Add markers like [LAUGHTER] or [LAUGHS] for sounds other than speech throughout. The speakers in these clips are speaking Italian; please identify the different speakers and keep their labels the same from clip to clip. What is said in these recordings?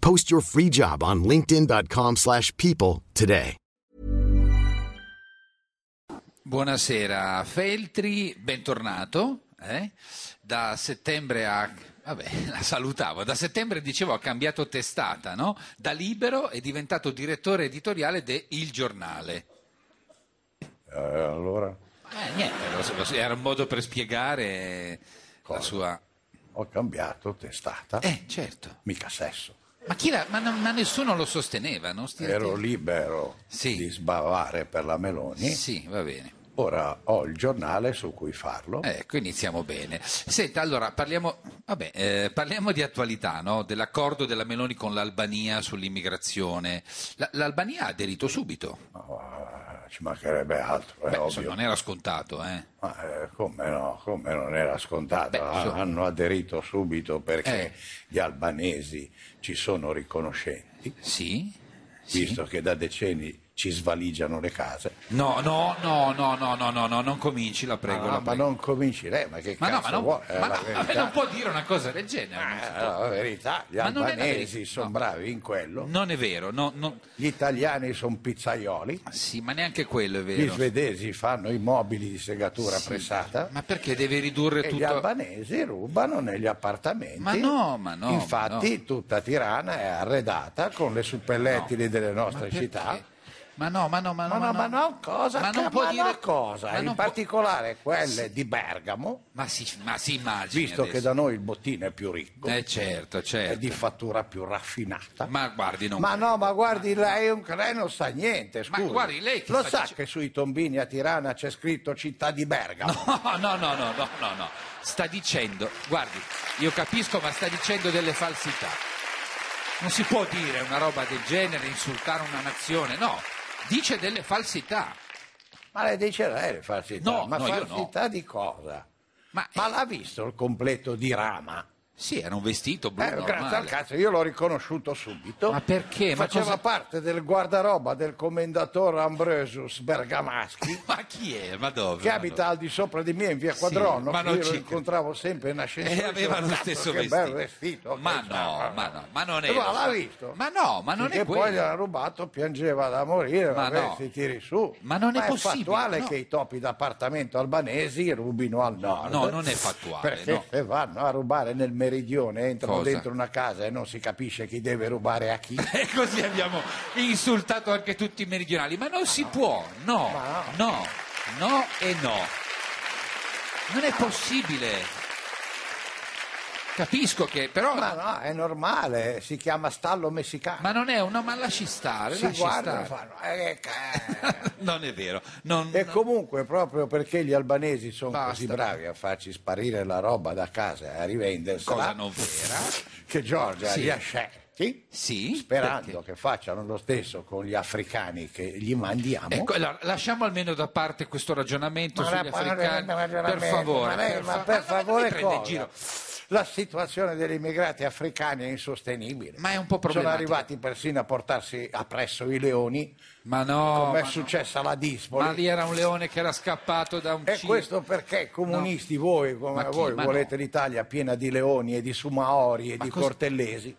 Speaker 1: Post your free job on linkedin.com/people slash people today.
Speaker 2: Buonasera Feltri, bentornato. eh? Da settembre ha... Vabbè, [LAUGHS] la salutavo. Da settembre, dicevo, ha cambiato testata, no? Da libero è diventato direttore editoriale de Il Giornale.
Speaker 3: Eh, allora
Speaker 2: Eh, niente, lo so- lo so, era un modo per spiegare eh, la sua...
Speaker 3: ho cambiato testata,
Speaker 2: Eh, certo.
Speaker 3: mica sesso.
Speaker 2: Ma, chi la- ma non- ma nessuno lo sosteneva, non stia
Speaker 3: Ero
Speaker 2: attento.
Speaker 3: libero
Speaker 2: Sì.
Speaker 3: di sbavare per la Meloni,
Speaker 2: Sì, va bene.
Speaker 3: ora ho il giornale su cui farlo.
Speaker 2: Ecco, iniziamo bene. Senta, allora parliamo, vabbè, eh, parliamo di attualità, no? dell'accordo della Meloni con l'Albania sull'immigrazione. La- L'Albania ha aderito subito,
Speaker 3: Ma eh, ci mancherebbe altro, è
Speaker 2: Beh,
Speaker 3: ovvio.
Speaker 2: insomma, non era scontato. eh.
Speaker 3: Ma eh, come no, come non era scontato,
Speaker 2: Beh,
Speaker 3: Ah,
Speaker 2: insomma.
Speaker 3: hanno aderito subito perché
Speaker 2: Eh.
Speaker 3: gli albanesi ci sono riconoscenti,
Speaker 2: Sì? Sì?
Speaker 3: visto che da decenni ci svaligiano le case.
Speaker 2: No, no, no, no, no, no, no, no, non cominci, la prego.
Speaker 3: Ah,
Speaker 2: la
Speaker 3: ma
Speaker 2: prego.
Speaker 3: non cominci lei, ma che
Speaker 2: Ma no,
Speaker 3: cazzo
Speaker 2: ma non,
Speaker 3: vuole? Eh,
Speaker 2: ma
Speaker 3: la
Speaker 2: no, ma
Speaker 3: verità-
Speaker 2: non può dire una cosa del genere.
Speaker 3: Eh, la verità, gli
Speaker 2: Ma non è la
Speaker 3: albanesi
Speaker 2: verità,
Speaker 3: sono
Speaker 2: no.
Speaker 3: bravi in quello,
Speaker 2: Non è vero, no, no-
Speaker 3: gli italiani sono pizzaioli,
Speaker 2: sì, ma neanche quello Ah, è
Speaker 3: gli
Speaker 2: vero.
Speaker 3: svedesi fanno i mobili di segatura
Speaker 2: Sì,
Speaker 3: pressata
Speaker 2: Ma perché deve ridurre
Speaker 3: eh? e
Speaker 2: tutto?
Speaker 3: gli albanesi rubano negli appartamenti.
Speaker 2: Ma no, ma no, ma
Speaker 3: Infatti
Speaker 2: no.
Speaker 3: tutta Tirana è arredata con le suppellettili delle
Speaker 2: Ma
Speaker 3: nostre
Speaker 2: perché?
Speaker 3: città.
Speaker 2: Ma no, ma no, ma no.
Speaker 3: Ma no, ma no, cosa?
Speaker 2: Ma non
Speaker 3: Ca-
Speaker 2: può
Speaker 3: ma
Speaker 2: dire
Speaker 3: no, cosa?
Speaker 2: ma
Speaker 3: in
Speaker 2: non può-
Speaker 3: particolare quelle di Bergamo,
Speaker 2: Ma si, ma si immagini
Speaker 3: visto che
Speaker 2: adesso.
Speaker 3: da noi il bottino è più ricco,
Speaker 2: Eh certo,
Speaker 3: è
Speaker 2: certo.
Speaker 3: di fattura più raffinata.
Speaker 2: Ma guardi, non...
Speaker 3: Ma no, ma guardi, lei, lei non sa niente,
Speaker 2: Ma
Speaker 3: scusi.
Speaker 2: guardi, lei che
Speaker 3: Lo
Speaker 2: sta
Speaker 3: sa
Speaker 2: dic-
Speaker 3: che sui tombini a Tirana c'è scritto città di Bergamo?
Speaker 2: [LAUGHS] No, no, no, no, no, no, no. Sta dicendo, guardi, io capisco, ma sta dicendo delle falsità. Non si può dire una roba del genere, insultare una nazione, no. Dice delle falsità.
Speaker 3: Ma le dice lei le falsità.
Speaker 2: No,
Speaker 3: ma
Speaker 2: no, io no.
Speaker 3: falsità di cosa?
Speaker 2: Ma, eh,
Speaker 3: Ma l'ha visto il completo di Rama?
Speaker 2: sì, era un vestito blu
Speaker 3: Eh, grazie al
Speaker 2: normale.
Speaker 3: cazzo, io l'ho riconosciuto subito.
Speaker 2: Ma perché? Ma
Speaker 3: Faceva
Speaker 2: cosa-
Speaker 3: parte del guardaroba del commendatore Ambrosius Bergamaschi.
Speaker 2: Ma chi è? Ma dove?
Speaker 3: Che
Speaker 2: Ma
Speaker 3: abita al di sopra di me in via Quadronno,
Speaker 2: ma
Speaker 3: che
Speaker 2: non
Speaker 3: io lo
Speaker 2: ci-
Speaker 3: incontravo sempre in ascensore.
Speaker 2: E Eh, aveva lo
Speaker 3: Cazzo,
Speaker 2: stesso
Speaker 3: che
Speaker 2: vestito.
Speaker 3: bel vestito.
Speaker 2: Ma
Speaker 3: che
Speaker 2: no,
Speaker 3: c'ha.
Speaker 2: ma no, ma non
Speaker 3: E
Speaker 2: è.
Speaker 3: va, l'ha visto?
Speaker 2: Ma no, ma non
Speaker 3: Perché
Speaker 2: è
Speaker 3: poi
Speaker 2: quello.
Speaker 3: gliel'ha rubato, piangeva da morire,
Speaker 2: Ma
Speaker 3: vabbè,
Speaker 2: no.
Speaker 3: si tiri su.
Speaker 2: Ma non è possibile,
Speaker 3: fattuale
Speaker 2: no.
Speaker 3: che i topi d'appartamento albanesi rubino al nord.
Speaker 2: No, non è fattuale,
Speaker 3: Perché
Speaker 2: no.
Speaker 3: se vanno a rubare nel meridione, entrano
Speaker 2: Cosa?
Speaker 3: dentro una casa e non si capisce chi deve rubare a
Speaker 2: [LAUGHS]
Speaker 3: chi.
Speaker 2: E così abbiamo insultato anche tutti i meridionali. Ma non si può, no,
Speaker 3: Ma
Speaker 2: no, no e no. Non è possibile. Capisco che, però.
Speaker 3: Ma
Speaker 2: Ma,
Speaker 3: no, è normale, si chiama stallo messicano.
Speaker 2: non è una. Ma lasci stare,
Speaker 3: si
Speaker 2: lasci
Speaker 3: guardano e
Speaker 2: stare.
Speaker 3: fanno... "Eh, che-
Speaker 2: [LAUGHS] non è vero. Non,
Speaker 3: E comunque, proprio perché gli albanesi sono
Speaker 2: Basta.
Speaker 3: così bravi a farci sparire la roba da casa e a rivendersela,
Speaker 2: cosa non vera.
Speaker 3: [LAUGHS] che Giorgia
Speaker 2: Sì.
Speaker 3: li ascetti,
Speaker 2: Sì,
Speaker 3: sperando
Speaker 2: perché?
Speaker 3: che facciano lo stesso con gli africani che gli mandiamo.
Speaker 2: Ecco, allora, lasciamo almeno da parte questo ragionamento
Speaker 3: Ma
Speaker 2: sugli
Speaker 3: la- ma-
Speaker 2: africani.
Speaker 3: ma- ma-
Speaker 2: per favore,
Speaker 3: ma, lei- ma
Speaker 2: fa-
Speaker 3: per
Speaker 2: ma- ma non mi
Speaker 3: favore,
Speaker 2: prende in
Speaker 3: cosa?
Speaker 2: giro.
Speaker 3: La situazione degli immigrati africani è insostenibile.
Speaker 2: Ma è un po'
Speaker 3: Sono
Speaker 2: problematica.
Speaker 3: arrivati persino a portarsi appresso i leoni,
Speaker 2: Ma no, Oh, ma,
Speaker 3: come è
Speaker 2: no.
Speaker 3: successa alla Dispoli.
Speaker 2: Ma lì era un leone che era scappato da un
Speaker 3: E
Speaker 2: circo.
Speaker 3: questo perché comunisti voi come
Speaker 2: Ma chi?
Speaker 3: voi
Speaker 2: Ma
Speaker 3: volete
Speaker 2: no.
Speaker 3: l'Italia piena di leoni e di sumaori e
Speaker 2: Ma
Speaker 3: di
Speaker 2: cosa-
Speaker 3: cortellesi.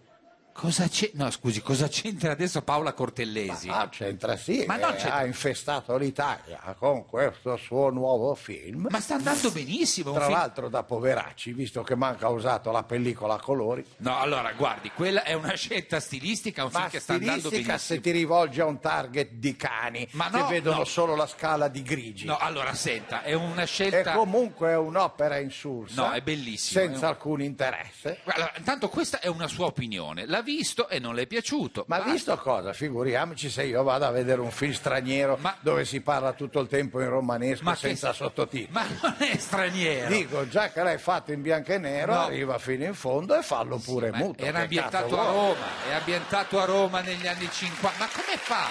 Speaker 2: Cosa c'è? No, scusi, cosa c'entra adesso Paola Cortellesi?
Speaker 3: Ah, c'entra sì,
Speaker 2: Ma non
Speaker 3: eh,
Speaker 2: c'entra.
Speaker 3: ha infestato l'Italia con questo suo nuovo film.
Speaker 2: Ma sta andando benissimo. un
Speaker 3: Tra
Speaker 2: film-
Speaker 3: l'altro da poveracci, visto che manca usato la pellicola a colori.
Speaker 2: No, allora, guardi, quella è una scelta stilistica, un film
Speaker 3: Ma
Speaker 2: che sta andando
Speaker 3: stilistica se
Speaker 2: benissimo.
Speaker 3: ti rivolge a un target di cani
Speaker 2: Ma
Speaker 3: che
Speaker 2: no,
Speaker 3: vedono
Speaker 2: no.
Speaker 3: solo la scala di grigi.
Speaker 2: No, allora, senta, è una
Speaker 3: E
Speaker 2: scelta...
Speaker 3: comunque è un'opera insulsa.
Speaker 2: No, è bellissimo, eh.
Speaker 3: Senza
Speaker 2: è un-
Speaker 3: alcun interesse.
Speaker 2: Allora, intanto questa è una sua opinione. L'ha visto e non le è piaciuto.
Speaker 3: Ma
Speaker 2: Basta.
Speaker 3: visto cosa? Figuriamoci se io vado a vedere un film straniero
Speaker 2: Ma-
Speaker 3: dove si parla tutto il tempo in romanesco
Speaker 2: Ma che-
Speaker 3: senza sottotitoli.
Speaker 2: Ma non è straniero.
Speaker 3: Dico, già che l'hai fatto in bianco e nero,
Speaker 2: No.
Speaker 3: arriva fino in fondo e fallo pure
Speaker 2: Ma
Speaker 3: muto.
Speaker 2: Era
Speaker 3: che
Speaker 2: ambientato
Speaker 3: cazzo
Speaker 2: a
Speaker 3: vuoi?
Speaker 2: Roma, è ambientato a Roma negli anni 50. Ma come fa?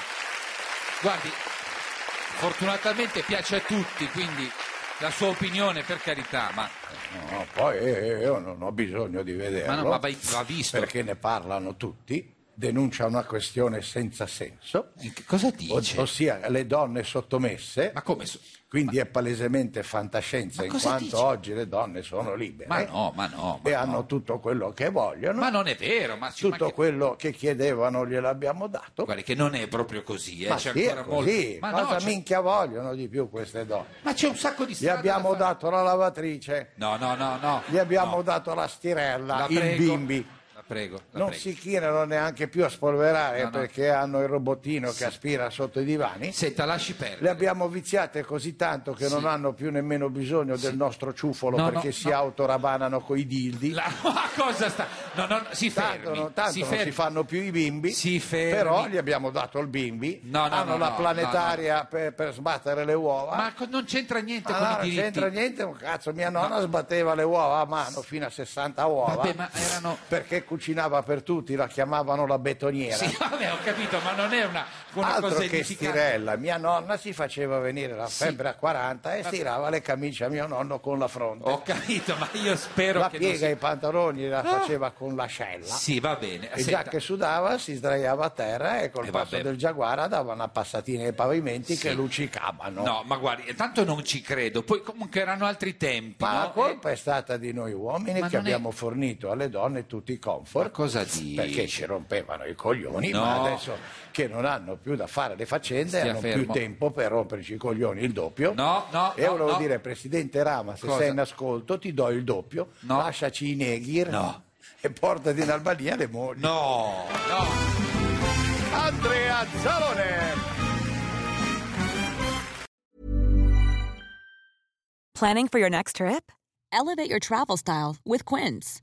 Speaker 2: Guardi, fortunatamente piace a tutti, quindi la sua opinione per carità, ma,
Speaker 3: No, poi eh, io non ho bisogno di vederlo.
Speaker 2: ma no, ma va, va visto.
Speaker 3: Perché ne parlano tutti, denuncia una questione senza senso,
Speaker 2: In che- Cosa
Speaker 3: o-
Speaker 2: dice?
Speaker 3: ossia le donne sottomesse.
Speaker 2: Ma come? so-
Speaker 3: Quindi è palesemente fantascienza,
Speaker 2: Ma
Speaker 3: in
Speaker 2: cosa
Speaker 3: quanto
Speaker 2: dici?
Speaker 3: oggi le donne sono libere
Speaker 2: Ma no, ma no.
Speaker 3: e
Speaker 2: Ma,
Speaker 3: hanno tutto quello che vogliono,
Speaker 2: ma non è vero, ma ci
Speaker 3: eh, tutto
Speaker 2: manca-
Speaker 3: quello che chiedevano gliel'abbiamo dato.
Speaker 2: Guardi che non è proprio così, eh,
Speaker 3: ma
Speaker 2: c'è
Speaker 3: sì, è
Speaker 2: ancora molto.
Speaker 3: così,
Speaker 2: Ma, no, cioè-
Speaker 3: cosa
Speaker 2: c'è-
Speaker 3: minchia vogliono di più queste donne?
Speaker 2: ma c'è un sacco di
Speaker 3: Gli
Speaker 2: strade da
Speaker 3: abbiamo
Speaker 2: fare.
Speaker 3: dato la lavatrice,
Speaker 2: No, no, no, no.
Speaker 3: gli abbiamo
Speaker 2: no.
Speaker 3: dato la stirella,
Speaker 2: La
Speaker 3: i
Speaker 2: prego,
Speaker 3: bimbi.
Speaker 2: La prego. la
Speaker 3: Non
Speaker 2: prego.
Speaker 3: si chinano neanche più a spolverare
Speaker 2: No, no.
Speaker 3: perché hanno il robottino che aspira sotto i divani.
Speaker 2: Senta, lasci perdere.
Speaker 3: Le abbiamo viziate così tanto che non hanno più nemmeno bisogno del nostro ciufolo
Speaker 2: No,
Speaker 3: perché
Speaker 2: no,
Speaker 3: si
Speaker 2: no.
Speaker 3: autorabanano coi dildi.
Speaker 2: La, [LAUGHS] ma cosa sta? No, no, no, si fermi.
Speaker 3: Tanto, non, tanto
Speaker 2: si
Speaker 3: non
Speaker 2: fermi.
Speaker 3: si fanno più i bimbi,
Speaker 2: Si fermi.
Speaker 3: però gli abbiamo dato il bimbi,
Speaker 2: No, no,
Speaker 3: hanno
Speaker 2: no,
Speaker 3: la
Speaker 2: no,
Speaker 3: planetaria Per, per sbattere le uova.
Speaker 2: Ma co- non c'entra niente
Speaker 3: Ah,
Speaker 2: con
Speaker 3: no,
Speaker 2: i
Speaker 3: non
Speaker 2: diritti.
Speaker 3: c'entra niente, un cazzo, mia nonna sbatteva le uova a mano fino a 60 uova
Speaker 2: Vabbè, ma
Speaker 3: [LAUGHS]
Speaker 2: erano-
Speaker 3: perché cucinava per tutti, la chiamavano la betoniera.
Speaker 2: Sì, vabbè, ho capito, ma non è una, una
Speaker 3: Altro
Speaker 2: cosa
Speaker 3: che
Speaker 2: edificante.
Speaker 3: stirella, mia nonna si faceva venire la febbre a 40 e stirava le camicie a mio nonno con la fronte.
Speaker 2: Ho capito, ma io spero
Speaker 3: la
Speaker 2: che
Speaker 3: piega
Speaker 2: non
Speaker 3: i pantaloni la faceva con l'ascella.
Speaker 2: si... Sì, va bene.
Speaker 3: E
Speaker 2: Senta,
Speaker 3: già che sudava si sdraiava a terra e col
Speaker 2: Eh,
Speaker 3: passo
Speaker 2: vabbè.
Speaker 3: del giaguara dava una passatina ai pavimenti
Speaker 2: Sì.
Speaker 3: che luccicavano.
Speaker 2: No, ma guardi, tanto non ci credo. Poi comunque erano altri tempi,
Speaker 3: Ma la
Speaker 2: no? eh,
Speaker 3: colpa è stata di noi uomini
Speaker 2: Ma
Speaker 3: che
Speaker 2: non è-
Speaker 3: abbiamo fornito alle donne tutti i
Speaker 2: Eh, ma
Speaker 3: comfort
Speaker 2: cosa dici?
Speaker 3: perché ci rompevano i coglioni,
Speaker 2: No.
Speaker 3: ma adesso che non hanno più da fare le faccende,
Speaker 2: Stia
Speaker 3: hanno più
Speaker 2: fermo.
Speaker 3: tempo per romperci i coglioni il doppio.
Speaker 2: No, no,
Speaker 3: e
Speaker 2: no,
Speaker 3: volevo
Speaker 2: no.
Speaker 3: dire, Presidente Rama, se
Speaker 2: Cosa?
Speaker 3: sei in ascolto ti do il doppio,
Speaker 2: No.
Speaker 3: lasciaci i neghir
Speaker 2: No.
Speaker 3: e portati in Albania le mogli.
Speaker 2: Eh, No, no.
Speaker 3: Andrea Zalone!
Speaker 4: Planning for your next trip? Elevate your travel style with Quince.